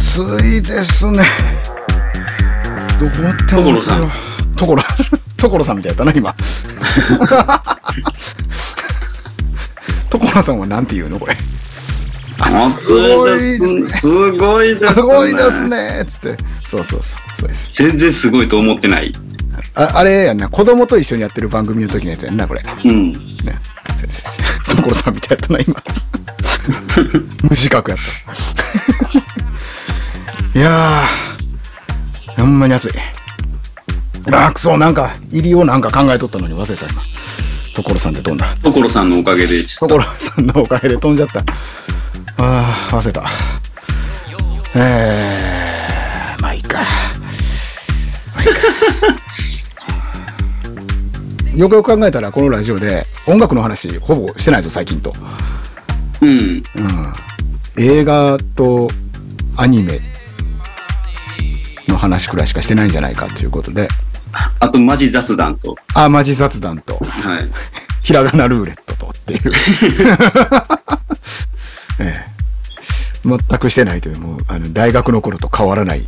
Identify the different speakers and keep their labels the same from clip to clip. Speaker 1: 暑いですねどこ持って
Speaker 2: 所さん
Speaker 1: ところ所 さんみたいだったな今 所さんはなんて言うのこれあ
Speaker 2: 暑
Speaker 1: すごい
Speaker 2: い
Speaker 1: でね
Speaker 2: ですすね。すごいですね。
Speaker 1: すごいです。ねつってそうそうそうそうです
Speaker 2: 全然すごいと思ってない。
Speaker 1: ああれやんな子供と一緒にやってる番組の時のやつやんなこれ
Speaker 2: うん。
Speaker 1: ね、先生先生所さんみたいだったな今無自覚やったいやーほんまに安いあーくそなんか入りをなんか考えとったのに忘れた今所さんで飛んだ
Speaker 2: 所さんのおかげでした。
Speaker 1: 所さんのおかげで飛んじゃったあー忘れたえー、まあいいかまあいいかよくよく考えたらこのラジオで音楽の話ほぼしてないぞ最近と、
Speaker 2: うん。
Speaker 1: うん、映画とアニメの話くらいしかしてないんじゃないかということで
Speaker 2: あと、マジ雑談と。
Speaker 1: あマジ雑談と
Speaker 2: はい。
Speaker 1: ひらがなルーレットとって いう。 ええ全くしてないという、もう、あの、大学の頃と変わらない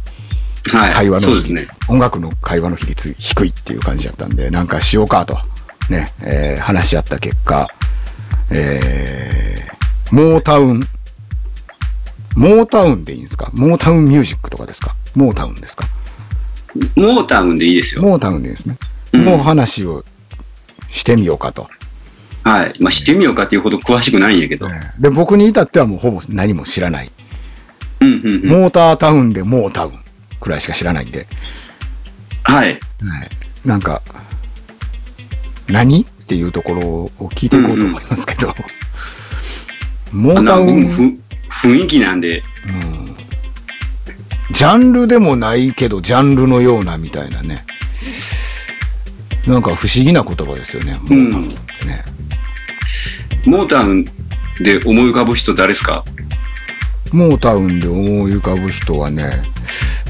Speaker 2: はい。
Speaker 1: 会話
Speaker 2: そ
Speaker 1: の
Speaker 2: うで
Speaker 1: 比率、
Speaker 2: すね。
Speaker 1: 音楽の会話の比率低いっていう感じだったんで、なんかしようかと、ね、えー話し合った結果、えーモータウン、モータウンでいいんですかモータウンミュージックとかですかモータウンですか
Speaker 2: モータウンでいいですよ。
Speaker 1: モータウンでいいですね。
Speaker 2: うん
Speaker 1: もう話をしてみようかと。
Speaker 2: はい。まあ、してみようかっていうほど詳しくないんやけど。
Speaker 1: ええで、僕に至ってはもうほぼ何も知らない。
Speaker 2: うんうんうん。
Speaker 1: モータータウンでモータウンくらいしか知らないんで、
Speaker 2: はい。
Speaker 1: なんか、何っていうところを聞いていこうと思いますけど、 モ
Speaker 2: あ
Speaker 1: ータ
Speaker 2: の
Speaker 1: ウン、
Speaker 2: 僕もふ雰囲気なんで。
Speaker 1: ジャンルでもないけど、ジャンルのようなみたいなね、なんか不思議な言葉ですよね、モータウンってね。
Speaker 2: モータウンで思い浮かぶ人誰ですか
Speaker 1: モータウンで思い浮かぶ人はね、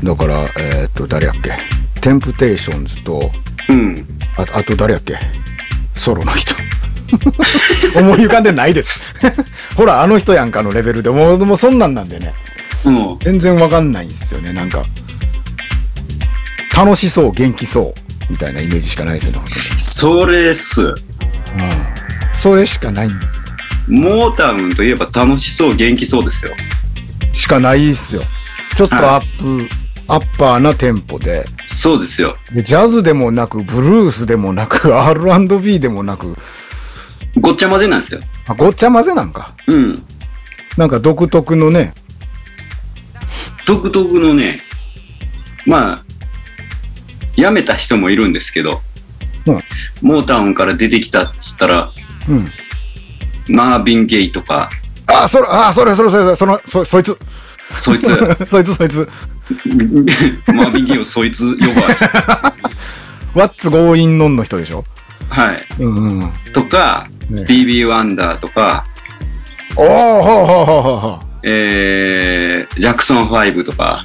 Speaker 1: だから、えーっと、誰やっけ、テンプテーションズと、
Speaker 2: うん。
Speaker 1: ああと誰やっけソロの人。 思い浮かんでないです。 ほら、あの人やんかのレベルでもう、もうそんなんなんでね、
Speaker 2: うん。
Speaker 1: 全然わかんないんですよね、なんか。楽しそう、元気そう、みたいなイメージしかないですよね、本
Speaker 2: それっす。
Speaker 1: 当に。うん。それしかないんですよ。
Speaker 2: モータウンといえば楽しそう、元気そうですよ。
Speaker 1: しかないですよ。ちょっと
Speaker 2: は
Speaker 1: アップ、アッパーなテンポで、
Speaker 2: そうですよ。
Speaker 1: でジャズでもなく、ブルースでもなく、R&B でもなく、
Speaker 2: ごっちゃ混ぜなんですよ。
Speaker 1: あごっちゃ混ぜなんか。
Speaker 2: うん。
Speaker 1: なんか独特のね、
Speaker 2: 独特のね、まあ、辞めた人もいるんですけど、
Speaker 1: うん
Speaker 2: モータウンから出てきたっつったら、
Speaker 1: うん。
Speaker 2: マービン・ゲイとか、
Speaker 1: あ、それ、あ、それ、それ、それ、その、そ、そいつ、
Speaker 2: そいつ、
Speaker 1: そいつ、そいつ、
Speaker 2: マービン・ゲイをそいつ呼ばわり
Speaker 1: What's going on の人でしょ
Speaker 2: はい。
Speaker 1: うんうんうん。
Speaker 2: とか、
Speaker 1: ね
Speaker 2: スティービー・ワンダーとか、
Speaker 1: おー、ほうほうほうほうほ
Speaker 2: えー、ジャクソン5とか、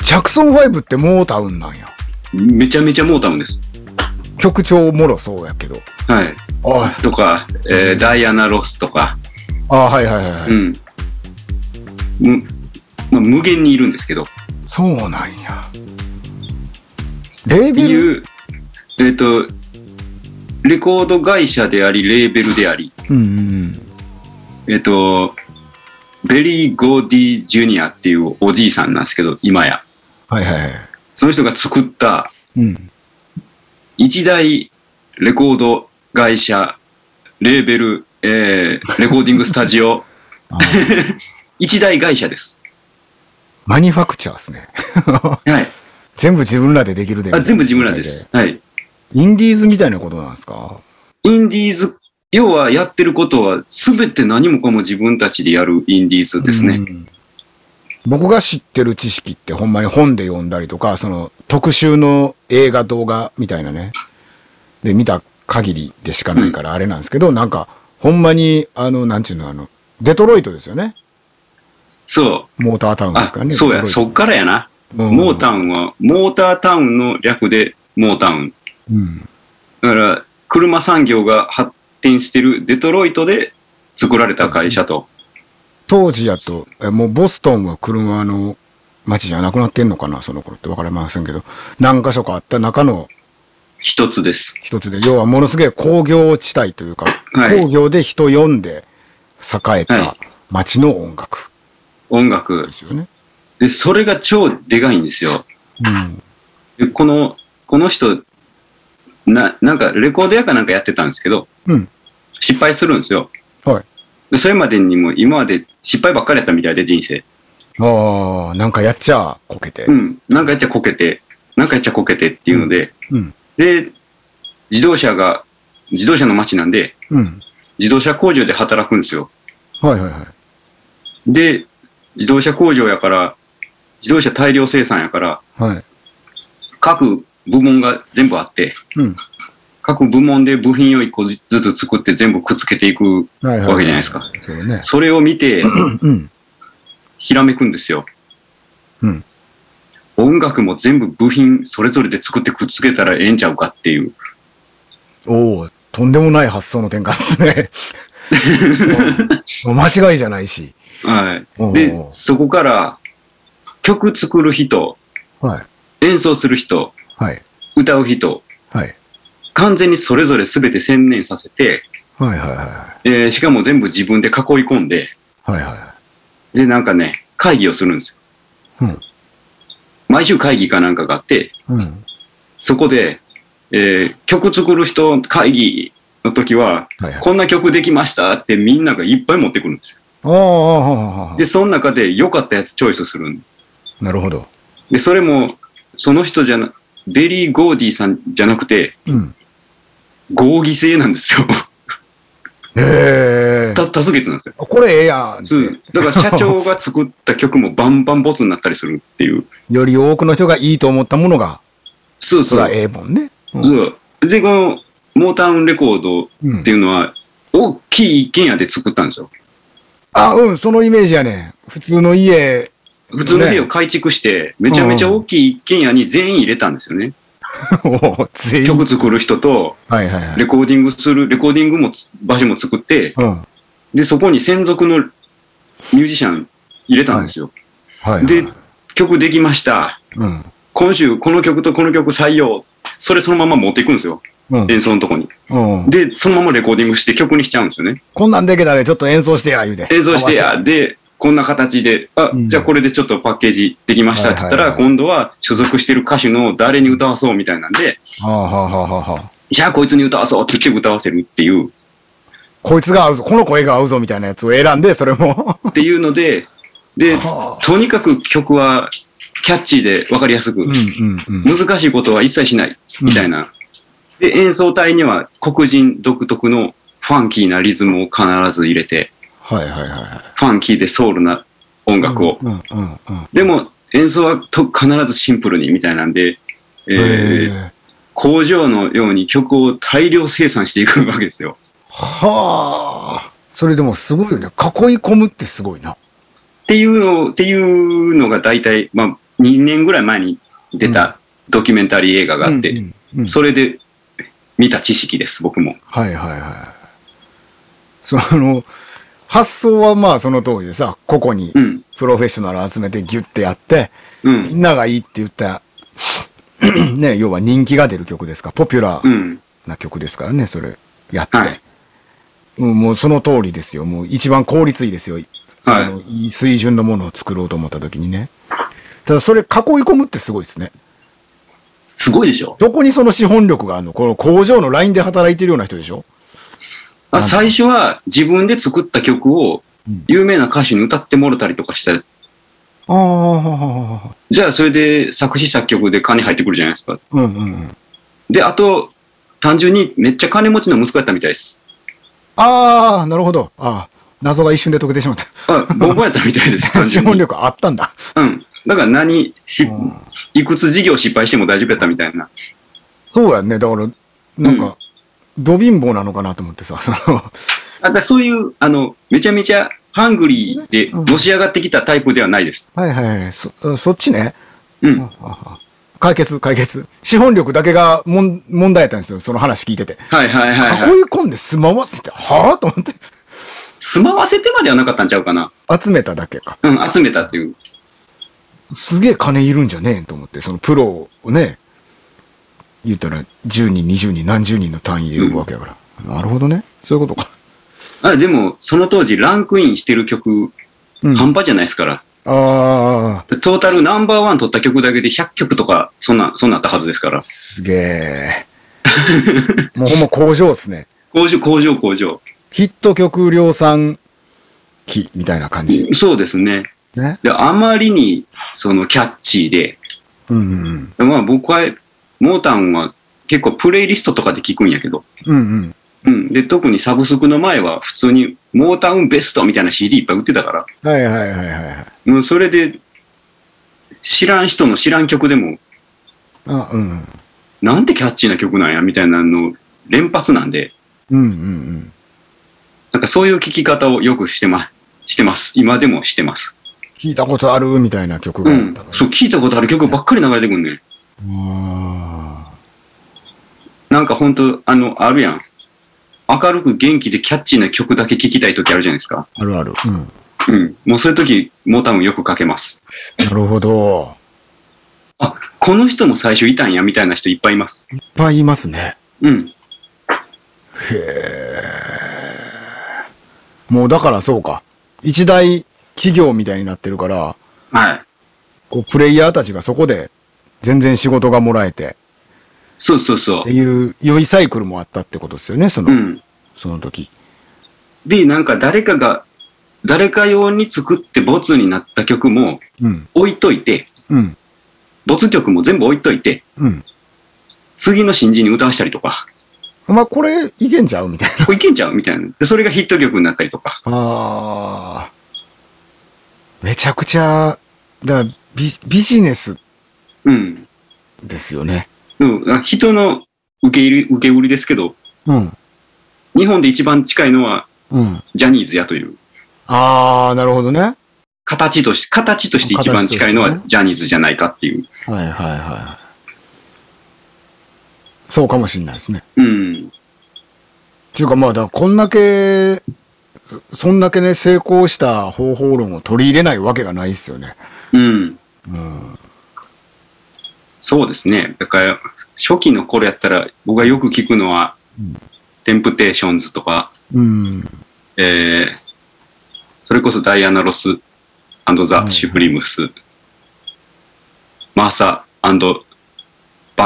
Speaker 1: う。ジャクソン5ってモータウンなんや。
Speaker 2: めちゃめちゃモータウンです。
Speaker 1: 曲調もろそうやけど。
Speaker 2: はい。
Speaker 1: あ
Speaker 2: とか、えーダイアナ・ロスとか、
Speaker 1: あ、はいはいはい。
Speaker 2: うん。むまあ、無限にいるんですけど、
Speaker 1: そうなんや。レーベル
Speaker 2: いう、えっ、と、レコード会社であり、レーベルであり、
Speaker 1: うんうん
Speaker 2: えっ、と、ベリー・ゴーディ・ジュニアっていうおじいさんなんですけど、今や。
Speaker 1: はいはいはい。
Speaker 2: その人が作った
Speaker 1: うん。
Speaker 2: 一大レコード会社、レーベル、えーレコーディングスタジオ、
Speaker 1: あ
Speaker 2: 一大会社です。
Speaker 1: マニファクチャーですね。
Speaker 2: はい。
Speaker 1: 全部自分らでできるで。
Speaker 2: あ全部自分らです。。はい。
Speaker 1: インディーズみたいなことなんですか
Speaker 2: インディーズ、要はやってることは全て何もかも自分たちでやるインディーズですね。
Speaker 1: うん僕が知ってる知識ってほんまに本で読んだりとか、その特集の映画動画みたいなね、で見た限りでしかないからあれなんですけど、なんかほんまに、あの、なんちゅうの、あの、デトロイトですよね。
Speaker 2: そう。
Speaker 1: モータータウンで
Speaker 2: あ
Speaker 1: すからね。
Speaker 2: そうや、そっからやな。モータ
Speaker 1: ウン。
Speaker 2: ウンは、モータータウンの略でモータウン。
Speaker 1: うん。
Speaker 2: だから、車産業が発展してるデトロイトで作られた会社と。
Speaker 1: 当時やと、えもうボストンは車の街じゃなくなってんのかな、その頃って分かりませんけど、何箇所かあった中の
Speaker 2: 一つです。
Speaker 1: 一つで、要はものすげえ工業地帯というか、
Speaker 2: はい
Speaker 1: 工業で人呼んで栄え
Speaker 2: は
Speaker 1: た
Speaker 2: い
Speaker 1: 街の音楽
Speaker 2: 音楽
Speaker 1: で。すよね。
Speaker 2: で、それが超でかいんですよ。
Speaker 1: うん。
Speaker 2: でこの、この人、な、なんかレコード屋かなんかやってたんですけど、
Speaker 1: うん。
Speaker 2: 失敗するんですよ。
Speaker 1: はい。
Speaker 2: でそれまでにも今まで失敗ばっかりやったみたいで人生。
Speaker 1: ああ、なんかやっちゃこけて
Speaker 2: う。ん。なんかやっちゃこけて、なんかやっちゃこけてっていうので、
Speaker 1: うん。
Speaker 2: で、自動車が、自動車の街なんで、
Speaker 1: うん。
Speaker 2: 自動車工場で働くんですよ。
Speaker 1: はいはいはい。
Speaker 2: で、自動車工場やから、自動車大量生産やから、
Speaker 1: はい。
Speaker 2: 各部門が全部あって、
Speaker 1: うん。
Speaker 2: 各部門で部品を一個ずつ作って全部くっつけていく。
Speaker 1: はいはい、
Speaker 2: わけじゃないですか。
Speaker 1: そうね。
Speaker 2: それを見て、
Speaker 1: うん。
Speaker 2: ひらめくんですよ。
Speaker 1: うん。
Speaker 2: 音楽も全部部品それぞれで作ってくっつけたらええんちゃうかっていう。
Speaker 1: おお、とんでもない発想の転換 ですね。うんもう間違いじゃないし。
Speaker 2: は
Speaker 1: お
Speaker 2: い。
Speaker 1: う
Speaker 2: で、そこから、曲作る人、
Speaker 1: はい。
Speaker 2: 演奏する人、
Speaker 1: はい。
Speaker 2: 歌う人、
Speaker 1: はい。
Speaker 2: 完全にそれぞれ全て専念させて、
Speaker 1: はいはいは
Speaker 2: えーしかも全部自分で囲い込んで、
Speaker 1: い。はいは
Speaker 2: で、なんかね、会議をするんですよ。
Speaker 1: うん
Speaker 2: 毎週会議かなんかがあって、
Speaker 1: い。うん。
Speaker 2: そこで、えー曲作る人会議の時は、
Speaker 1: はいはい。
Speaker 2: こんな曲できましたってみんながいっぱい持ってくるんですよ。
Speaker 1: ああああ、あ
Speaker 2: で、その中で良かったやつチョイスするん
Speaker 1: あなるほど。
Speaker 2: で、それも、その人じゃな、ベリー・ゴーディーさんじゃなくて、
Speaker 1: うん。
Speaker 2: 合議制なん ですよ。
Speaker 1: ええ
Speaker 2: た多数決なんですよ。
Speaker 1: これええやんっ
Speaker 2: そう
Speaker 1: て。
Speaker 2: だから社長が作った曲もバンバンボツになったりするっていう。
Speaker 1: より多くの人がいいと思ったものが、
Speaker 2: そう
Speaker 1: そ
Speaker 2: そ
Speaker 1: ら
Speaker 2: う。
Speaker 1: ええもんね。うん
Speaker 2: そうで、この、モータウンレコード
Speaker 1: うん
Speaker 2: っていうのは、大きい一軒家で作ったんですよ。
Speaker 1: あ、うん、そのイメージやね。普通の家、
Speaker 2: 普通の家を改築して、めちゃめちゃ大きい一軒家に全員入れたんですよね。
Speaker 1: を全員。
Speaker 2: 曲作る人と、
Speaker 1: はいはいはい。
Speaker 2: レコーディングする、レコーディングもつ場所も作って、
Speaker 1: うん。はい
Speaker 2: で、そこに専属のミュージシャン入れたんですよ。
Speaker 1: はい。
Speaker 2: で、曲できました。
Speaker 1: うん。
Speaker 2: 今週、この曲とこの曲採用。それそのまま持っていくんですよ。
Speaker 1: うん。
Speaker 2: 演奏のとこに。
Speaker 1: うん。
Speaker 2: で、そのままレコーディングして曲にしちゃうんですよね。
Speaker 1: こんなんでけたで、ちょっと演奏してや、言うて。
Speaker 2: 映像して
Speaker 1: 合わ
Speaker 2: や、で、こんな形で、あ、
Speaker 1: うん
Speaker 2: じゃあこれでちょっとパッケージできましたって言っ
Speaker 1: は
Speaker 2: た
Speaker 1: い
Speaker 2: ら、
Speaker 1: はいはい
Speaker 2: 今度は所属してる歌手の誰に歌わそうみたいなんで、
Speaker 1: せ。はあはあはあはあはあ。
Speaker 2: じゃあこいつに歌わそうって言って歌わせるっていう、
Speaker 1: こいつが合うぞ、この声が合うぞみたいなやつを選んで、それも。
Speaker 2: っていうので、 で、
Speaker 1: はあ。
Speaker 2: とにかく曲はキャッチーでわかりやすく、
Speaker 1: うんうんうん。
Speaker 2: 難しいことは一切しないみたいな。で、演奏隊には黒人独特のファンキーなリズムを必ず入れて、
Speaker 1: はいはいはいはい。
Speaker 2: ファンキーでソウルな音楽を。
Speaker 1: うんうんうんうん。
Speaker 2: でも演奏はと必ずシンプルにみたいなんで、えー
Speaker 1: え。
Speaker 2: 工場のように曲を大量生産していくわけですよ。
Speaker 1: はあ。それでもすごいよね。囲い込むってすごいな。
Speaker 2: っていうのっていうのが大体、まあ、2年ぐらい前に出たドキュメンタリー映画があって、
Speaker 1: うんうんうん
Speaker 2: それで見た知識です僕も。
Speaker 1: はいはいはい。その、発想はまあその通りでさ、個々に
Speaker 2: うん
Speaker 1: プロフェッショナル集めてギュッてやって、
Speaker 2: う
Speaker 1: み
Speaker 2: ん
Speaker 1: んながいいって言った、 ね、要は人気が出る曲ですから、ポピュラ
Speaker 2: う
Speaker 1: ー
Speaker 2: ん
Speaker 1: な曲ですからね、それやって。
Speaker 2: はい
Speaker 1: うんもうその通りですよ。もう一番効率いいですよ。
Speaker 2: はい
Speaker 1: あのいい水準のものを作ろうと思った時にね。ただそれ囲い込むってすごいですね。
Speaker 2: すごいでしょ
Speaker 1: どこにその資本力があるのこの工場のラインで働いてるような人でしょ
Speaker 2: あ最初は自分で作った曲を
Speaker 1: うん
Speaker 2: 有名な歌手に歌ってもろたりとかした
Speaker 1: ああ、
Speaker 2: じゃあそれで作詞作曲で金入ってくるじゃないですか。
Speaker 1: うんうんうん。
Speaker 2: で、あと、単純にめっちゃ金持ちの息子やったみたいです。
Speaker 1: ああ、なるほど。ああ、謎が一瞬で解けてしまっ
Speaker 2: あ、ボンボンやったみた いです、単
Speaker 1: た。資
Speaker 2: 純
Speaker 1: 本
Speaker 2: に。
Speaker 1: 力あったんだ。
Speaker 2: うん。だから何し
Speaker 1: うん、
Speaker 2: いくつ事業失敗しても大丈夫やったみたいな。
Speaker 1: そうやんね。だから、なんか、ど貧乏なのかなと思ってさ、その、
Speaker 2: あだからそういう、あの、めちゃめちゃハングリーで
Speaker 1: うん
Speaker 2: のし上がってきたタイプではないです。
Speaker 1: はいはいはい、そそっちね。
Speaker 2: うん。
Speaker 1: 解決、解決。資本力だけがもん問題やったんですよ、その話聞いてて。
Speaker 2: はいはいはいは
Speaker 1: 囲
Speaker 2: い。
Speaker 1: い込んでスマホって、はぁと思って。
Speaker 2: 住まわせてまではなかったんちゃうかな。
Speaker 1: 集めただけか。
Speaker 2: うん、集めたっていう。
Speaker 1: すげえ金いるんじゃねえと思って、そのプロをね、言ったら10人、20人、何十人の単位で呼ぶわけだから。なるほどね。そういうことか。
Speaker 2: あでも、その当時ランクインしてる曲、
Speaker 1: うん
Speaker 2: 半端じゃないですから。
Speaker 1: ああ、
Speaker 2: トータルナンバーワン取った曲だけで100曲とか、そんな、そんなあったはずですから。
Speaker 1: すげえ。もうほんま工場っすね。
Speaker 2: 工場、工場、工場。
Speaker 1: ヒット曲量産機みたいな感じ。
Speaker 2: そうですね。
Speaker 1: ね。
Speaker 2: で、あまりに、その、キャッチーで、
Speaker 1: うんうん
Speaker 2: まあ僕は、モータンは結構プレイリストとかで聞くんやけど、
Speaker 1: うん。うんうん。
Speaker 2: うん。で、特にサブスクの前は普通にモータウンベストみたいな CD いっぱい売ってたから、
Speaker 1: はいはいはいはいはい。
Speaker 2: もうそれで、知らん人の知らん曲でも、
Speaker 1: あ、うんうん。
Speaker 2: なんてキャッチーな曲なんやみたいなの連発なんで、
Speaker 1: うんうん
Speaker 2: なんかそういう聞き方をよくしてま、してます。今でもしてます。
Speaker 1: 聞いたことあるみたいな曲
Speaker 2: う
Speaker 1: があっ
Speaker 2: ん
Speaker 1: た。から。
Speaker 2: そう、聞いたことある曲ばっかり流れてくんねん。
Speaker 1: あ
Speaker 2: なんかほんと、あの、あるやん。明るく元気でキャッチーな曲だけ聴きたい時あるじゃないですか。
Speaker 1: ーあるある。う
Speaker 2: うん。もうそういう時、モータウンよくかけます。
Speaker 1: ん。なるほど。
Speaker 2: あ、この人も最初いたんや、みたいな人いっぱいいます。
Speaker 1: いっぱいいますね。
Speaker 2: うん。
Speaker 1: へえ。もうだからそうか。一大企業みたいになってるから、
Speaker 2: はい。
Speaker 1: こう、プレイヤーたちがそこで全然仕事がもらえて、
Speaker 2: そうそうそ。
Speaker 1: っていう良いサイクルもあったってことですよね、そう
Speaker 2: う
Speaker 1: の、
Speaker 2: ん。
Speaker 1: その時。
Speaker 2: で、なんか誰かが、誰か用に作ってボツになった曲も
Speaker 1: うん、
Speaker 2: 置いといて、
Speaker 1: うん、
Speaker 2: ボツ曲も全部置いといて、
Speaker 1: うん。
Speaker 2: 次の新人に歌わしたりとか、
Speaker 1: お前これいけんちゃうみたいな。
Speaker 2: これいけんちゃうみたいな。で、それがヒット曲になったりとか。
Speaker 1: あー。めちゃくちゃ、だビビジネス
Speaker 2: うん。
Speaker 1: ですよね。
Speaker 2: うん、あ人の受け入れ、受け売りですけど、
Speaker 1: うん、
Speaker 2: 日本で一番近いのは
Speaker 1: うん。
Speaker 2: ジャニーズやという。
Speaker 1: あー、なるほどね。はい
Speaker 2: 形として、形として一番近いの
Speaker 1: 形としてね
Speaker 2: はジャニーズじゃないかっていう。
Speaker 1: はいはい。そうかもしれないですね。
Speaker 2: うん。
Speaker 1: っていうかまあ、だからこんだけ、そんだけね、成功した方法論を取り入れないわけがないですよね。
Speaker 2: うん。
Speaker 1: うん。
Speaker 2: そうですね。だから、初期の頃やったら、僕がよく聞くのは、
Speaker 1: うん
Speaker 2: テンプテーションズとか、
Speaker 1: うん。
Speaker 2: えー、それこそダイアナ・ロス
Speaker 1: うん
Speaker 2: ザ・シュプリムス、マーサバ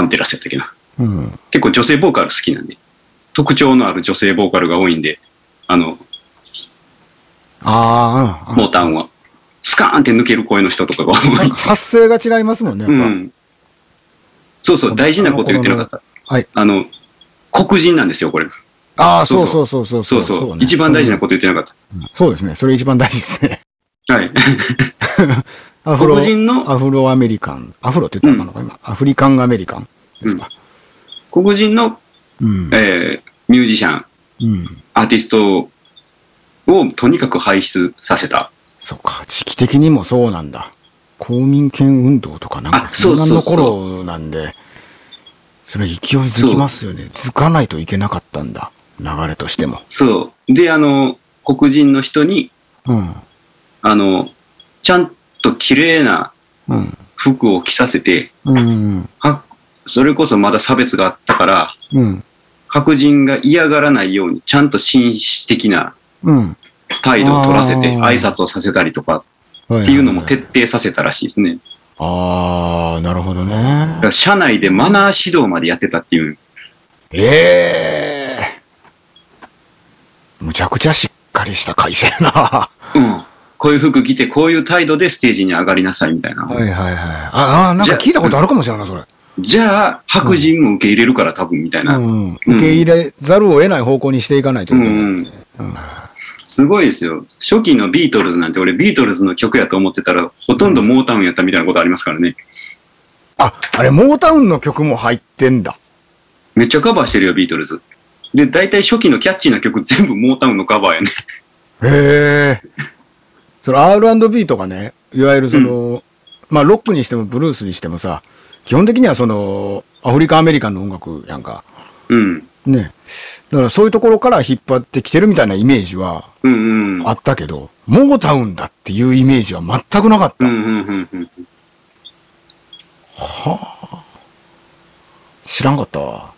Speaker 2: ンテラスやったっけな。
Speaker 1: うん。
Speaker 2: 結構女性ボーカル好きなんで、特徴のある女性ボーカルが多いんで、あの、
Speaker 1: ああ、うん
Speaker 2: モータンは、スカーンって抜ける声の人とかが多
Speaker 1: なん
Speaker 2: い。
Speaker 1: か発声が違いますもんね。や
Speaker 2: う
Speaker 1: っぱ
Speaker 2: ん。そうそう、大事なこと言ってなかった。
Speaker 1: はい。
Speaker 2: あの、黒人なんですよ、これ。
Speaker 1: ああ、
Speaker 2: そ
Speaker 1: そうそ
Speaker 2: うそう
Speaker 1: そうそう。
Speaker 2: そうそう。一番大事なこと言ってなかっ
Speaker 1: と。そうですね。それ一番大事ですね。
Speaker 2: た。はい。
Speaker 1: アフロ
Speaker 2: 黒、人の、
Speaker 1: アフロアメリカン。アフロって言ったのかな、今。アフリカンアメリカンですか。
Speaker 2: 黒人の、
Speaker 1: うん。
Speaker 2: えーミュージシャン、
Speaker 1: うん。
Speaker 2: アーティストをとにかく輩出させた。
Speaker 1: そっか。時期的にもそうなんだ。公民権運動とかなんか、
Speaker 2: あそうそう
Speaker 1: の
Speaker 2: そう
Speaker 1: 頃なんで、それ勢いづきますよね。づかないといけなかったんだ。流れとしても。
Speaker 2: そう。で、あの、黒人の人に、
Speaker 1: うん。
Speaker 2: あの、ちゃんと綺麗な
Speaker 1: うん。
Speaker 2: 服を着させて、
Speaker 1: うん。
Speaker 2: はそれこそまだ差別があったから、
Speaker 1: うん。
Speaker 2: 白人が嫌がらないように、ちゃんと紳士的な
Speaker 1: うん。
Speaker 2: 態度を取らせて、
Speaker 1: あー
Speaker 2: 挨拶をさせたりとか
Speaker 1: っ
Speaker 2: っていうのも徹底させたらしいですね。
Speaker 1: ああ、なるほどね。
Speaker 2: だから社内でマナー指導までやってたっていう。
Speaker 1: ええむちゃくちゃしっかりした会社やな。は
Speaker 2: うん。こういう服着て、こういう態度でステージに上がりなさいみたいな。
Speaker 1: いはいはい。ああ、なんか聞いたことあるかもしれんない、それ。
Speaker 2: じゃあ、白人も受け入れるから多分みたいな。うん、
Speaker 1: うん。受け入れざるを得ない方向にしていかないと
Speaker 2: う
Speaker 1: いけない。
Speaker 2: ん。すごいですよ。初期のビートルズなんて、俺ビートルズの曲やと思ってたら、ほとんどモータウンやったみたいなことありますからね。
Speaker 1: あ、あれ、モータウンの曲も入ってんだ。
Speaker 2: めっちゃカバーしてるよ、ビートルズ。で、大体初期のキャッチーな曲全部モータウンのカバーやね。
Speaker 1: へえ。それ R&B とかね、いわゆるその、まあロックにしてもブルースにしてもさ、基本的にはその、アフリカアメリカンの音楽やんか。
Speaker 2: うん。
Speaker 1: ね。だからそういうところから引っ張ってきてるみたいなイメージは
Speaker 2: うんうん。
Speaker 1: あったけど、モータウンだっていうイメージは全くなかっ
Speaker 2: う
Speaker 1: た。
Speaker 2: んうんうんうん。
Speaker 1: 知らんかったわ。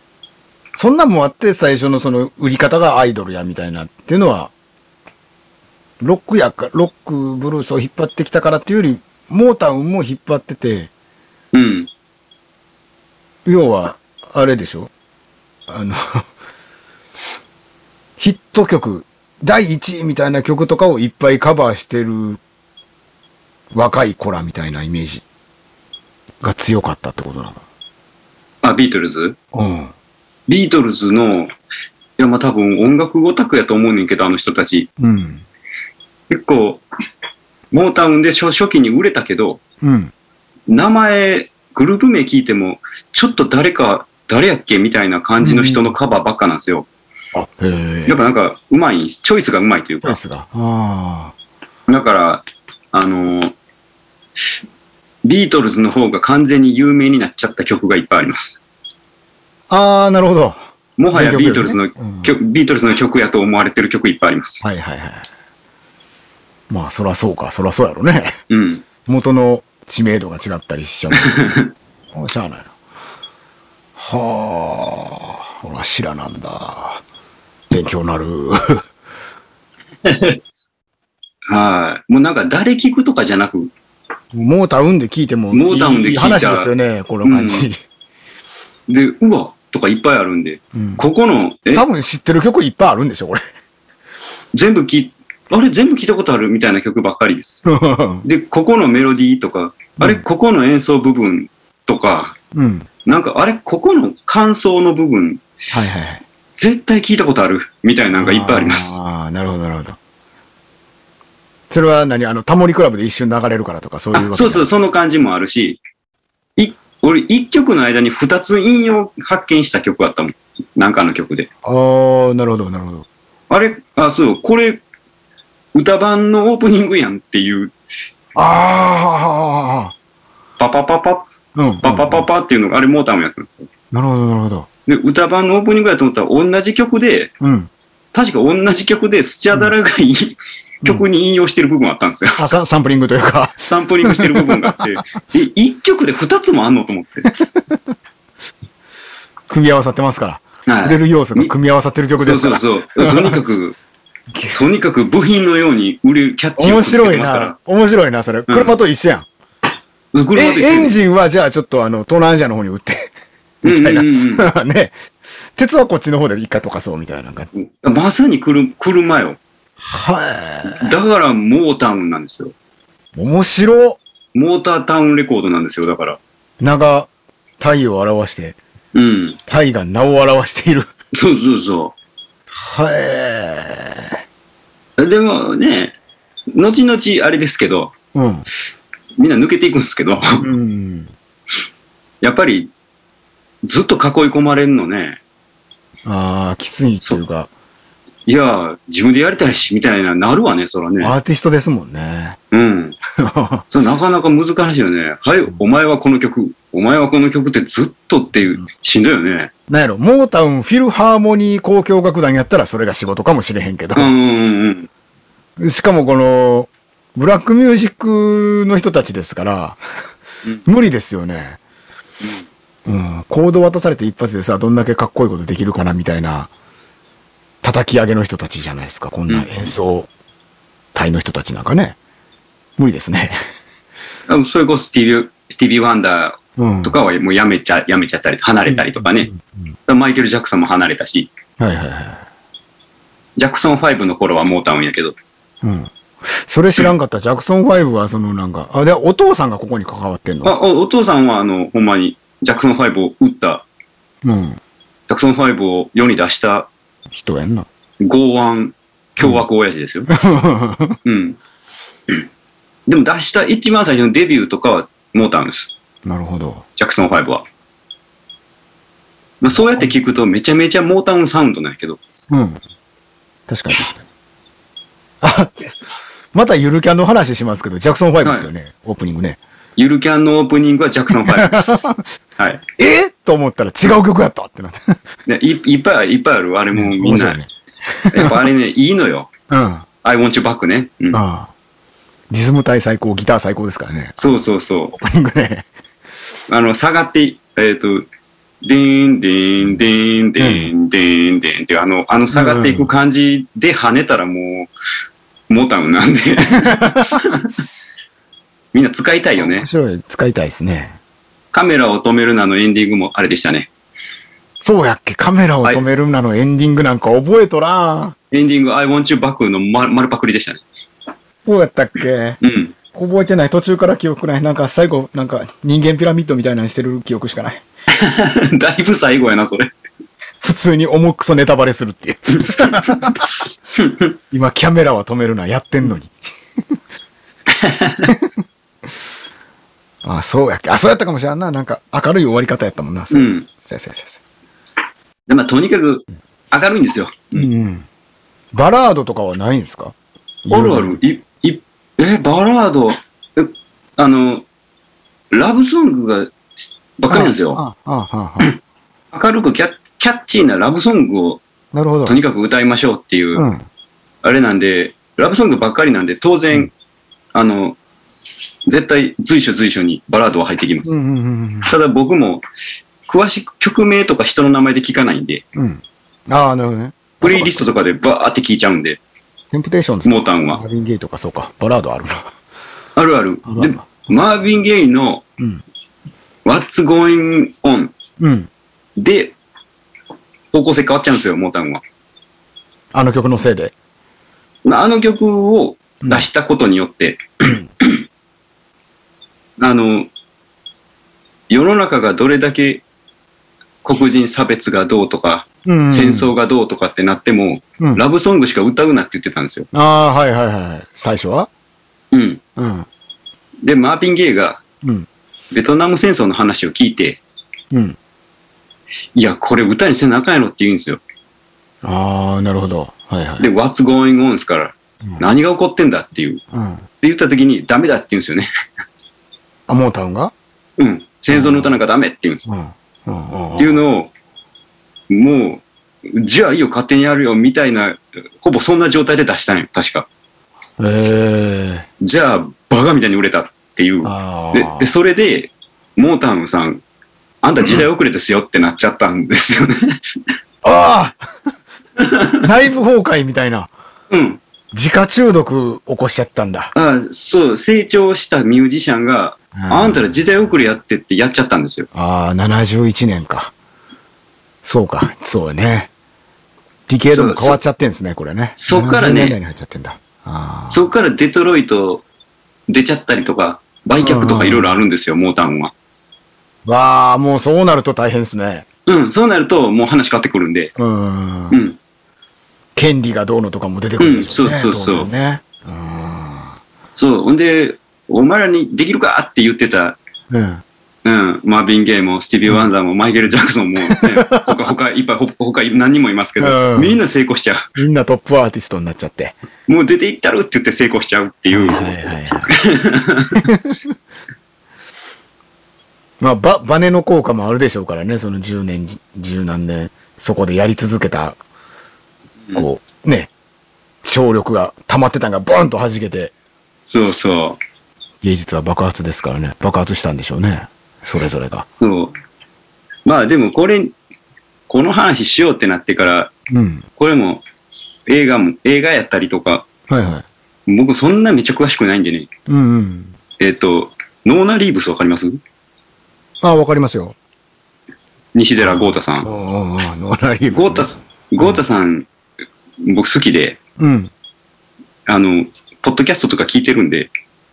Speaker 1: そんなんもあって最初のその売り方がアイドルやみたいなっていうのは、ロックやか、ロックブルースを引っ張ってきたからっていうより、モータウンも引っ張ってて、
Speaker 2: うん。
Speaker 1: 要は、あれでしょあの、ヒット曲、第1位みたいな曲とかをいっぱいカバーしてる若い子らみたいなイメージが強かったってことな
Speaker 2: あ、ビートルズ
Speaker 1: の。
Speaker 2: ビートルズの、いや、まあ多分音楽オタクやと思うねんけど、あの人たち。
Speaker 1: うん。うん。
Speaker 2: 結構、モータウンで初初期に売れたけど、
Speaker 1: うん。
Speaker 2: 名前、グループ名聞いても、ちょっと誰か、誰やっけみたいな感じの人のカバーばっかなんですよ。
Speaker 1: あ、へえ。
Speaker 2: やっぱなんか、うまい、チョイスがうまいという
Speaker 1: チョ
Speaker 2: か
Speaker 1: イ。スが。あ
Speaker 2: だから、あの、ビートルズの方が完全に有名になっちゃった曲がいっぱいあります。
Speaker 1: あ。ああ、なるほど。
Speaker 2: もはやビートルズの、
Speaker 1: うん
Speaker 2: 曲ビートルズの曲やと思われてる曲いっぱいあります。
Speaker 1: はいはいはい。まあ、そらそうか、そらそうやろね。
Speaker 2: うん。
Speaker 1: 元の知名度が違ったりしちゃ う。あしゃあないな。はあ、ほら、知らなんだ。勉強なる。
Speaker 2: はい。もうなんか誰聞くとかじゃなく、
Speaker 1: モータウンで聞いてもいい
Speaker 2: モータウンで聞いた
Speaker 1: 話ですよね、この感じ。
Speaker 2: で、うわとかいっぱいあるんで、
Speaker 1: うん
Speaker 2: ここの、え、
Speaker 1: 多分知ってる曲いっぱいあるんでし ょ、これ。
Speaker 2: 全部聞い、あれ全部聞いたことあるみたいな曲ばっかりです。で、ここのメロディーとか、あれ、
Speaker 1: うん
Speaker 2: ここの演奏部分とか、
Speaker 1: うん。
Speaker 2: なんか、あれ、ここの感想の部分、
Speaker 1: はいはいはい。
Speaker 2: 絶対聞いたことあるみたいなのがいっぱいあります。
Speaker 1: ああ、なるほど、なるほど。それは何あの、タモリクラブで一瞬流れるからとか、そういうわけ
Speaker 2: あそうそう、
Speaker 1: そ
Speaker 2: その感じもあるし、い俺、一曲の間に二つ引用発見した曲あったもん。なんかの曲で。
Speaker 1: う。ああ、なるほど、なるほど。
Speaker 2: あれ、あ、そう、これ、歌版のオープニングやんっていう、
Speaker 1: あ
Speaker 2: パパパパ、
Speaker 1: あ、うん。
Speaker 2: パパパパっていうのが、あれ、モータウンやったんですよ。
Speaker 1: なるほど、なるほど。
Speaker 2: で、歌版のオープニングやと思ったら、同じ曲で、
Speaker 1: うん。
Speaker 2: 確か同じ曲で、スチャダラがいい、曲に引用してる部分あったんですよ。
Speaker 1: あササンプリングというか、
Speaker 2: サンプリングしてる部分があって、え、一曲で二つもあんのと思って。
Speaker 1: 組み合わさってますから。
Speaker 2: はい
Speaker 1: 売れる要素が組み合わさってる曲ですから。
Speaker 2: そうそうそう。とにかく、 とにかく部品のように売れるキャッチを
Speaker 1: 面
Speaker 2: つけ
Speaker 1: 白
Speaker 2: て
Speaker 1: い
Speaker 2: ますから
Speaker 1: な。。面白いな、それ。車と一緒やん。
Speaker 2: うん車
Speaker 1: え
Speaker 2: で
Speaker 1: エン
Speaker 2: ン
Speaker 1: ジンはじゃあちょっとあの、東南アジアの方に売って、みたいな。
Speaker 2: うんうん
Speaker 1: ね。鉄はこっちの方で一回溶かそうみたいな感じ。
Speaker 2: まさに車車よ。
Speaker 1: は
Speaker 2: だからモータウンなんですよ。
Speaker 1: い。面白。
Speaker 2: モータータウンレコードなんですよ、だから。
Speaker 1: 名が、太を表して、
Speaker 2: うん。
Speaker 1: 太が名を表している。
Speaker 2: そうそうそ
Speaker 1: は
Speaker 2: う。でもね、後々あれですけど、
Speaker 1: い。うん。
Speaker 2: みんな抜けていくんですけど、
Speaker 1: うん。
Speaker 2: やっぱりずっと囲い込まれるのね、
Speaker 1: ああ、きついっていうか、
Speaker 2: いや、自分でやりたいし、みたいな、なるわね、そらね。
Speaker 1: アーティストですもんね。
Speaker 2: うん。それなかなか難しいよね。はい、お前はこの曲、お前はこの曲ってずっとっていう、しんどいよね。
Speaker 1: なんやろ、モータウン、フィルハーモニー交響楽団やったらそれが仕事かもしれへんけど
Speaker 2: う、んうんうん。
Speaker 1: しかもこの、ブラックミュージックの人たちですから、
Speaker 2: うん
Speaker 1: 無理ですよね。うん。コード渡されて一発でさ、どんだけかっこいいことできるかなみたいな、叩き上げの人たちじゃないですか。こんな演奏隊の人たちなんかね。無理ですね。
Speaker 2: 多分それこそスティービー、スティービー・ワンダ
Speaker 1: うん。
Speaker 2: ーとかはもうやめちゃ、やめちゃったり、離れたりとかね。マイケル・ジャクソンも離れたし、
Speaker 1: はいはいはい。
Speaker 2: ジャクソン5の頃はモータウンやけど。
Speaker 1: うん。それ知らんかった。ジャクソン5はそのなんか、あ、で、お父さんがここに関わってんの
Speaker 2: あおお父さんはあの、ほんまに、ジャクソン5を打った、
Speaker 1: うん。
Speaker 2: ジャクソン5を世に出した
Speaker 1: 人やんな。
Speaker 2: 剛腕凶悪親父ですよ。うん。うんでも出した一番最初のデビューとかはモータウンです。
Speaker 1: なるほど。
Speaker 2: ジャクソン5は。まあ、そうやって聞くとめちゃめちゃモータウンサウンドなんやけど。
Speaker 1: うん。確かに確かに。あ、またゆるキャンの話しますけど、ジャクソン5ですよね。オープニングね。
Speaker 2: ゆるキャンのオープニングはジャクソン5です。 はい。
Speaker 1: えと思ったら違う曲やったってなって。
Speaker 2: ね、いいっぱいいっぱいある。あれ もみん
Speaker 3: 面白
Speaker 2: な。
Speaker 3: いね。
Speaker 2: やっぱあれね、いいのよ。
Speaker 1: うん。あ
Speaker 2: I want you back ね。うん。
Speaker 1: あ。リズム体最高、ギター最高ですからね。
Speaker 2: そうそうそう。
Speaker 1: オープニングね。
Speaker 2: あの、下がって、えっ、と、でーん、でーん、でーん、でーん、でーん、でーんっていう、あの、あの下がっていく感じで跳ねたらもう、モータウンなん で。みんな使いたいよね
Speaker 1: 面。白い。使いたいですね。
Speaker 2: カメラを止めるなのエンディングもあれでしたね。
Speaker 1: そうやっけカメラを止めるなのエンディングなんか覚えとらん。
Speaker 2: エンディング I want you back の丸丸パクリでしたね。
Speaker 1: どうやったっけ
Speaker 2: うん。
Speaker 1: 覚えてない。途中から記憶ない。なんか最後、なんか人間ピラミッドみたいなのしてる記憶しかない。
Speaker 2: だいぶ最後やな、それ。
Speaker 1: 普通に重くそネタバレするって いう。今、キャメラは止めるな、やってん のに。あそうやっけ。あ、そうやったかもしれんな。なんか、明るい終わり方やったもんな。そうう。
Speaker 2: ん。
Speaker 1: そうやそうやそう
Speaker 2: でまあ、とにかく明るいんですよ。
Speaker 1: やうん。バラードとかはないんですか
Speaker 2: あるある。。い、い、え、バラード、えあの、ラブソングがしばっかりなんですよ。
Speaker 1: ああ、ああ、あ あ。
Speaker 2: 明るくキャキャッチーなラブソングを
Speaker 1: なるほど
Speaker 2: と。にかく歌いましょうっていう、
Speaker 1: うん。
Speaker 2: あれなんで、ラブソングばっかりなんで、当然、あの、絶対随所随所にバラードは入ってきます。
Speaker 1: うんうんうん
Speaker 2: ただ僕も、詳しく曲名とか人の名前で聞かないんで、
Speaker 1: うん。うん。ああ、なるほどね。
Speaker 2: プレイリストとかでバーって聞いちゃうんで、
Speaker 1: テンプテーションズ
Speaker 2: モータン
Speaker 1: マ
Speaker 2: は。
Speaker 1: ービン・ゲイとかそうか。バラードあるな。
Speaker 2: あるある
Speaker 1: ある。あ
Speaker 2: で
Speaker 1: る、
Speaker 2: マーヴィン・ゲイの
Speaker 1: うん。
Speaker 2: What's Going On
Speaker 1: うん。
Speaker 2: で、方向性変わっちゃうんですよ、モータンは。
Speaker 1: あの曲のせいで。
Speaker 2: まあ、あの曲を出したことによって、あの、世の中がどれだけ黒人差別がどうとか、
Speaker 1: うん
Speaker 2: 戦争がどうとかってなっても、
Speaker 1: うん。
Speaker 2: ラブソングしか歌うなって言ってたんですよ。
Speaker 1: ああー、はいはいはい。最初は
Speaker 2: うん。
Speaker 1: うん。
Speaker 2: で、マーピン・ゲイが
Speaker 1: うん。
Speaker 2: ベトナム戦争の話を聞いて、
Speaker 1: うん。
Speaker 2: いや、これ歌にせなあかんやろって言うんですよ。
Speaker 1: ああ、なるほど。はいはい。
Speaker 2: で、What's going on? ですから、
Speaker 1: うん
Speaker 2: 何が起こってんだっていう。って
Speaker 1: うん。
Speaker 2: 言った時に、ダメだって言うんですよね。
Speaker 1: あ、モータウンが
Speaker 2: うん。戦争の歌なんかダメって言うんです。
Speaker 1: うん。うん。
Speaker 2: っていうのを、もう、じゃあいいよ、勝手にやるよ、みたいな、ほぼそんな状態で出したんよ、確か。
Speaker 1: うん。ええ
Speaker 2: じゃあ、バカみたいに売れたっていう
Speaker 1: ー。。あ
Speaker 2: で
Speaker 1: あ。
Speaker 2: で、それで、モータウンさん、あんた時代遅れですよってなっちゃったんですよね。
Speaker 1: ああ 内部崩壊みたいな。
Speaker 2: うん。
Speaker 1: 自家中毒起こしちゃったんだ。
Speaker 2: ああそう、成長したミュージシャンが、あんたら時代遅れやってってやっちゃったんですよ。
Speaker 1: ああ、71年か。そうか、そうね。ディケードも変わっちゃってんですね、これね。
Speaker 2: そっからね
Speaker 1: 70年代に入っちゃってんだ。あ
Speaker 2: そこからデトロイト出ちゃったりとか、売却とかいろいろあるんですよ、モータウンは。
Speaker 1: あ。わあ、もうそうなると大変ですね。
Speaker 2: うん、そうなると、もう話変わってくるんで。
Speaker 1: うーん。
Speaker 2: うん。
Speaker 1: 権利がどうのとかも出てくるんでしょうね。
Speaker 2: うんそうそうそう
Speaker 1: 当然ね。
Speaker 2: そう、ほんで、お前らにできるかって言ってた、
Speaker 1: うん。
Speaker 2: うん、マーヴィン・ゲイもスティービー・ワンダーもマイケル・ジャクソンも、ね、 他、他いっぱい、ほ他何人もいますけ
Speaker 1: う
Speaker 2: ど、
Speaker 1: ん
Speaker 2: みんな成功しちゃ
Speaker 1: みんなトップアーティストになっちゃって。
Speaker 2: う。もう出ていったるって言って成功しちゃうっていう。
Speaker 1: はいはい。まあ、ば、バネの効果もあるでしょうからね、その10年、十何年、そこでやり続けた、こう、ね、省力が溜まってたんがボンと弾けて、
Speaker 2: そうそ
Speaker 1: 芸術は爆発ですからね、爆発したんでしょうね、それぞれが。
Speaker 2: う。そう。まあでもこれ、この話しようってなってから、
Speaker 1: うん。
Speaker 2: これも映画も、映画やったりとか、
Speaker 1: はいはい。
Speaker 2: 僕そんなめっちゃ詳しくないんでね。
Speaker 1: うんうん。
Speaker 2: えっ、と、ノーナ・リーブスわかります
Speaker 1: ああ、わかりますよ。
Speaker 2: 西寺豪太さん。
Speaker 1: うんうんうん。ノーラリーブ
Speaker 2: 豪
Speaker 1: ス
Speaker 2: 太、豪太さん、僕好きで、
Speaker 1: うん。
Speaker 2: あの、ポッドキャストとか聞いてるんで、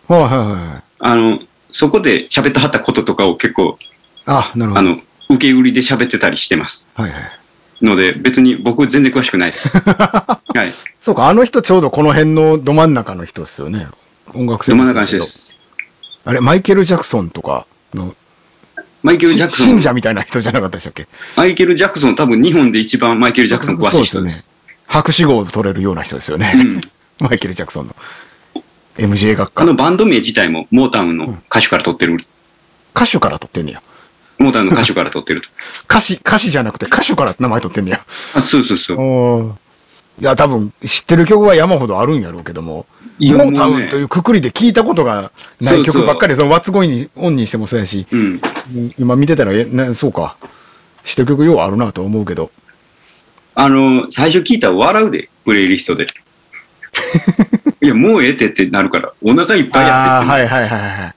Speaker 1: はいはいはい。
Speaker 2: あの、そこで喋ってはったこととかを結構、
Speaker 1: あ、なるほ
Speaker 2: あ
Speaker 1: ど。
Speaker 2: の、受け売りで喋ってたりしてます。
Speaker 1: はいはい。
Speaker 2: ので、別に僕全然詳しくな いです。はい。
Speaker 1: そうか、あの人ちょうどこの辺のど真ん中の人ですよね。音楽性
Speaker 2: ど真
Speaker 1: もそう
Speaker 2: ん中の
Speaker 1: だけど
Speaker 2: 話です。
Speaker 1: あれ、マイケル・ジャクソンとかの、
Speaker 2: マイケル・ジャク
Speaker 1: し
Speaker 2: ソン
Speaker 1: 信、者みたいな人じゃなかったでしたっけ
Speaker 2: マイケル・ジャクソン、多分日本で一番マイケル・ジャクソン詳しい人です。
Speaker 1: 博士号を取れるような人ですよね。
Speaker 2: うん
Speaker 1: マイケル・ジャクソンの。 MJ 学
Speaker 2: あ
Speaker 1: 科
Speaker 2: の。バンド名自体もモータウンの歌手から取ってる、
Speaker 1: 歌手から取ってんねや。
Speaker 2: モータウンの歌手から取ってると。
Speaker 1: 歌詞、歌詞じゃなくて歌手から名前取ってんねや。
Speaker 2: あそうそうそう。
Speaker 1: いや、多分、知ってる曲は山ほどあるんやろうけども、
Speaker 2: いや
Speaker 1: モータ
Speaker 2: もう
Speaker 1: ウン
Speaker 2: ね
Speaker 1: というくくりで聞いたことがない
Speaker 2: そうそ
Speaker 1: 曲
Speaker 2: う
Speaker 1: ばっかり、その、ワッツゴインにオンにしてもそうやし、
Speaker 2: うん。
Speaker 1: 今見てたら、え、なそうか。知ってる曲ようあるなと思うけど。
Speaker 2: あの、最初聞いたら笑うで、プレイリ ストで。いや、もうええってってなるから、お腹いっぱいや
Speaker 1: ああ
Speaker 2: っ
Speaker 1: ー、
Speaker 2: て
Speaker 1: はいはいはいはい。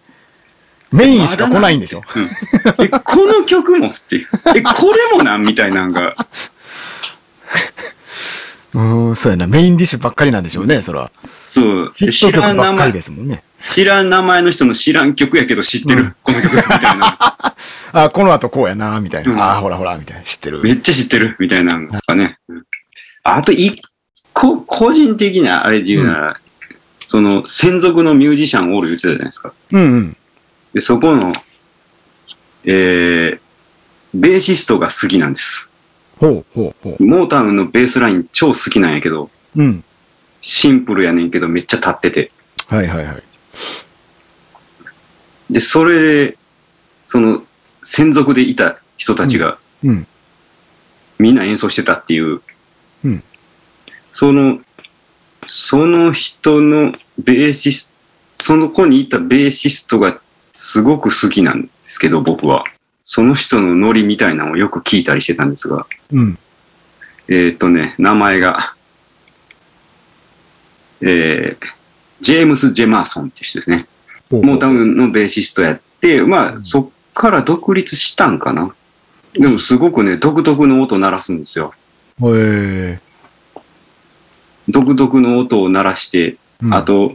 Speaker 1: メインしか来ないんでしょ。
Speaker 2: って。え、この曲もっていう。え、これもなんみたいなんが。
Speaker 1: うーん、そうやな。メインディッシュばっかりなんでしょうね、そら。
Speaker 2: そう。
Speaker 1: ヒ
Speaker 2: で
Speaker 1: ット
Speaker 2: 知
Speaker 1: 曲
Speaker 2: らん
Speaker 1: ば
Speaker 2: 名
Speaker 1: っかりで
Speaker 2: 前、
Speaker 1: すもんね。
Speaker 2: 知らん名前の人の知らん曲やけど知ってる、この曲みたい な。
Speaker 1: あーこの後こうやな、みたいな。
Speaker 2: うん
Speaker 1: ああ、ほらほら、みたいな。知ってる。
Speaker 2: めっちゃ知ってるみたいなのとかね。うんあと一個、個人的なあれで言うなら、その、専属のミュージシャンオール言ってたじゃないですか。
Speaker 1: うんうん。
Speaker 2: で、そこの、えー、ベーシストが好きなんです。
Speaker 1: ほうほうほう。
Speaker 2: モータウンのベースライン超好きなんやけど、
Speaker 1: うん。
Speaker 2: シンプルやねんけどめっちゃ立ってて。
Speaker 1: はいはいはい。
Speaker 2: で、それで、その、専属でいた人たちが
Speaker 1: うん。
Speaker 2: みんな演奏してたっていう、
Speaker 1: うん
Speaker 2: その、その人のベーシスト、その子にいたベーシストがすごく好きなんですけど、僕は。その人のノリみたいなのをよく聞いたりしてたんですが、
Speaker 1: うん。
Speaker 2: えーっ、とね、名前が、えージェームス・ジェマーソンっていう人ですね。
Speaker 1: ほうほ
Speaker 2: モ
Speaker 1: う
Speaker 2: ータウンのベーシストやって、まあ、そっから独立したんかな。でもすごくね、独特の音鳴らすんですよ。
Speaker 1: へえ。
Speaker 2: 独特の音を鳴らして、
Speaker 1: うん
Speaker 2: あと、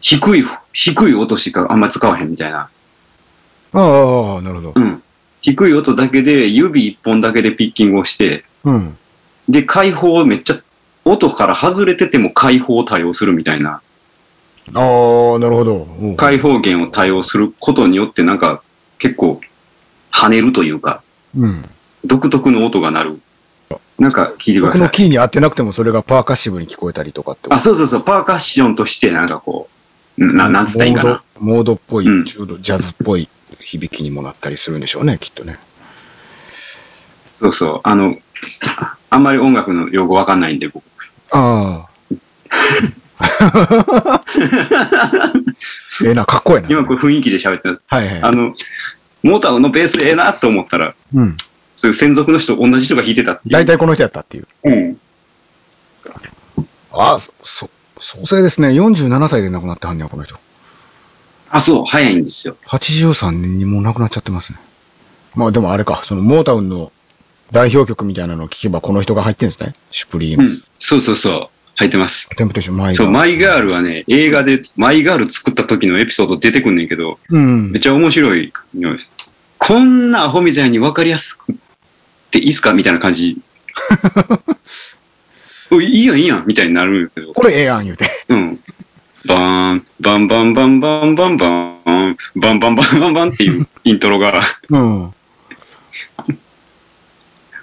Speaker 2: 低い、低い音しかあんま使わへんみたいな。
Speaker 1: ああ、なるほど
Speaker 2: う。ん。低い音だけで、指一本だけでピッキングをして、
Speaker 1: うん。
Speaker 2: で、解放をめっちゃ、音から外れてても解放対応するみたいな。
Speaker 1: ああ、なるほど。ほう
Speaker 2: 解放弦を対応することによって、なんか、結構、跳ねるというか、
Speaker 1: うん。
Speaker 2: 独特の音が鳴る。なんか、聞いてくだ
Speaker 1: 僕
Speaker 2: さ
Speaker 1: の
Speaker 2: い。
Speaker 1: キーに当てなくてもそれがパーカッシブに聞こえたりとかってこと
Speaker 2: あ、そうそうそう、パーカッションとして、なんかこう、ななんつったらいいんかな。
Speaker 1: モードモードっぽ
Speaker 2: う
Speaker 1: い、
Speaker 2: ん
Speaker 1: ちょうどジャズっぽい響きにもなったりするんでしょうね、きっとね。
Speaker 2: そうそう、あの、あんまり音楽の用語わかんないんで、僕。
Speaker 1: ああ。ええな、かっこええな。
Speaker 2: 今これ雰囲気で喋ってた。
Speaker 1: はいはい。
Speaker 2: あの、モーターのベースええなと思ったら、
Speaker 1: うん。
Speaker 2: そういう専属の人、同じ人が弾いてたっていう。
Speaker 1: 大体この人やったっていう。
Speaker 2: うん。
Speaker 1: ああ、そ、そ、創生ですね。47歳で亡くなってはんねや、この人。
Speaker 2: あ、そう、早いんですよ。
Speaker 1: 83年にもう亡くなっちゃってますね。まあでもあれか、そのモータウンの代表曲みたいなのを聞けばこの人が入ってんですね。シュプリー
Speaker 2: う
Speaker 1: ム
Speaker 2: ん
Speaker 1: ス。。
Speaker 2: そうそうそう。入ってます。
Speaker 1: テンプテーション、マイ
Speaker 2: そう、マイガ
Speaker 1: ー
Speaker 2: ールはね、映画で、マイガール作った時のエピソード出てくんねんけど、
Speaker 1: ル。うん
Speaker 2: めっ。ちゃ面白いよ。こんなアホみたいに分かりやすくっていいっすかみたいな感じ。おいいいやん、いいやん、みたいになるんやけど。
Speaker 1: これええやん、言うて。
Speaker 2: うん。バーン、バンバンバンバンバンバン、バンバンバンバンバンっていうイントロが、
Speaker 1: うん。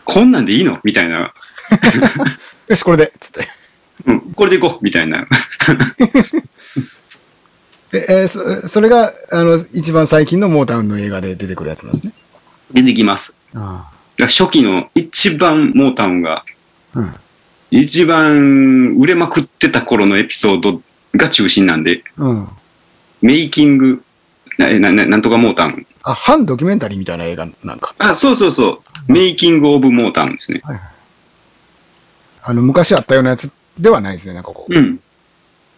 Speaker 2: こんなんでいいのみたいな。
Speaker 1: よし、これで、つって。
Speaker 2: うん、これでいこうみたいな。
Speaker 1: で、えーそそれが、あの、一番最近のモータウンの映画で出てくるやつなんですね。
Speaker 2: 出てきます。
Speaker 1: ああ。
Speaker 2: 初期の一番モータウンが、
Speaker 1: うん。
Speaker 2: 一番売れまくってた頃のエピソードが中心なんで、
Speaker 1: うん。
Speaker 2: メイキング、な、な、ななんとかモータウン。
Speaker 1: あ、反ドキュメンタリーみたいな映画なんか。
Speaker 2: あ、そうそうそう。メイキング・オブ・モータウンですね。
Speaker 1: あの、昔あったようなやつではないですね。なんかこう、
Speaker 2: うん。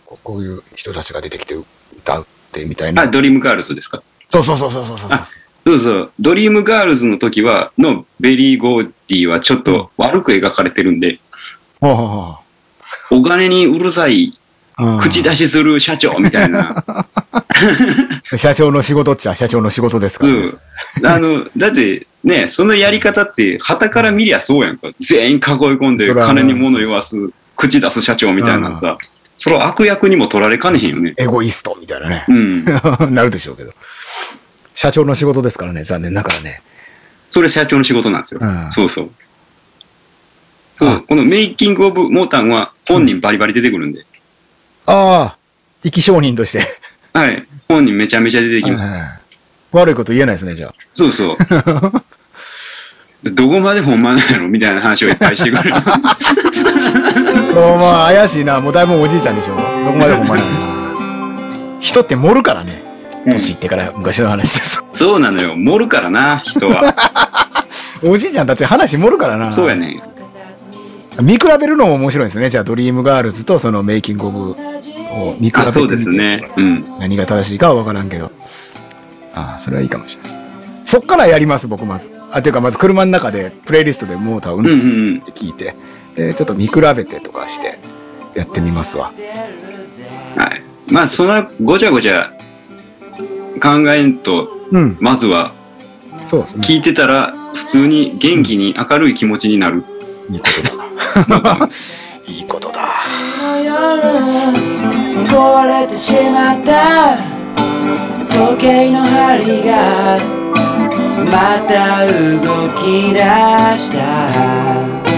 Speaker 1: ここういう人たちが出てきて歌うってみたい
Speaker 2: あ、
Speaker 1: な。
Speaker 2: ドリームガールズですか。
Speaker 1: そうそうそうそうそうそう。
Speaker 2: あそうそう。ドリームガールズの時は、のベリー・ゴーディはちょっと悪く描かれてるんで、
Speaker 1: ほうほうほ
Speaker 2: お金にうるさい、
Speaker 1: う
Speaker 2: 口出しする社長みたいな。
Speaker 1: うん社長の仕事っちゃ社長の仕事ですか
Speaker 2: そ
Speaker 1: ら
Speaker 2: う
Speaker 1: ね。。
Speaker 2: あの、だって、ね、そのやり方って、旗から見りゃそうやんか。全員囲い込んで、
Speaker 1: そら
Speaker 2: 金に物言わす、口出す社長みたいなさ。それは悪役にも取られかねへんよね。
Speaker 1: エゴイストみたいなね
Speaker 2: う。ん。
Speaker 1: なるでしょうけど。社長の仕事ですからね、残念ながらね。
Speaker 2: それ社長の仕事なんですよ。
Speaker 1: うん
Speaker 2: そうそう。そ
Speaker 1: あ
Speaker 2: う、このメイキング・オブ・モータンは本人バリバリ出てくるんで。
Speaker 1: ああ、生き証人として。
Speaker 2: はい。本にめちゃめちゃ出てきます。
Speaker 1: はいはい悪いこと言えないですね、じゃあ。
Speaker 2: そう そう。どこまでほんまなのみたいな話をいっぱいしてくれます。
Speaker 1: もうまあ怪しいなもうだいぶおじいちゃんでしょどこまでもまだな人って盛るからね年いってから昔の話です
Speaker 2: そうなのよ。盛るからな、人は。
Speaker 1: おじいちゃんたち話盛るからな
Speaker 2: そうやねん。
Speaker 1: 見比べるのも面白いですねじゃあドリームガールズとそのメイキングオブを見比べてみて
Speaker 2: あ、そうですね。うん。
Speaker 1: 何が正しいかは分からんけどああそれはいいかもしれないそっからやります僕まずあというかまず車の中でプレイリストでモーターうん
Speaker 2: うんう
Speaker 1: つっ
Speaker 2: ん。
Speaker 1: て聞いて、えーちょっと見比べてとかしてやってみますわ
Speaker 2: はい。まあ、そんなごちゃごちゃ考えんと、
Speaker 1: うん
Speaker 2: まずは
Speaker 1: そうですね
Speaker 2: 聞いてたら、普通に元気に明るい気持ちになる。
Speaker 1: いいことだ いいことだ
Speaker 3: 壊れてしまった時計の針がまた動き出した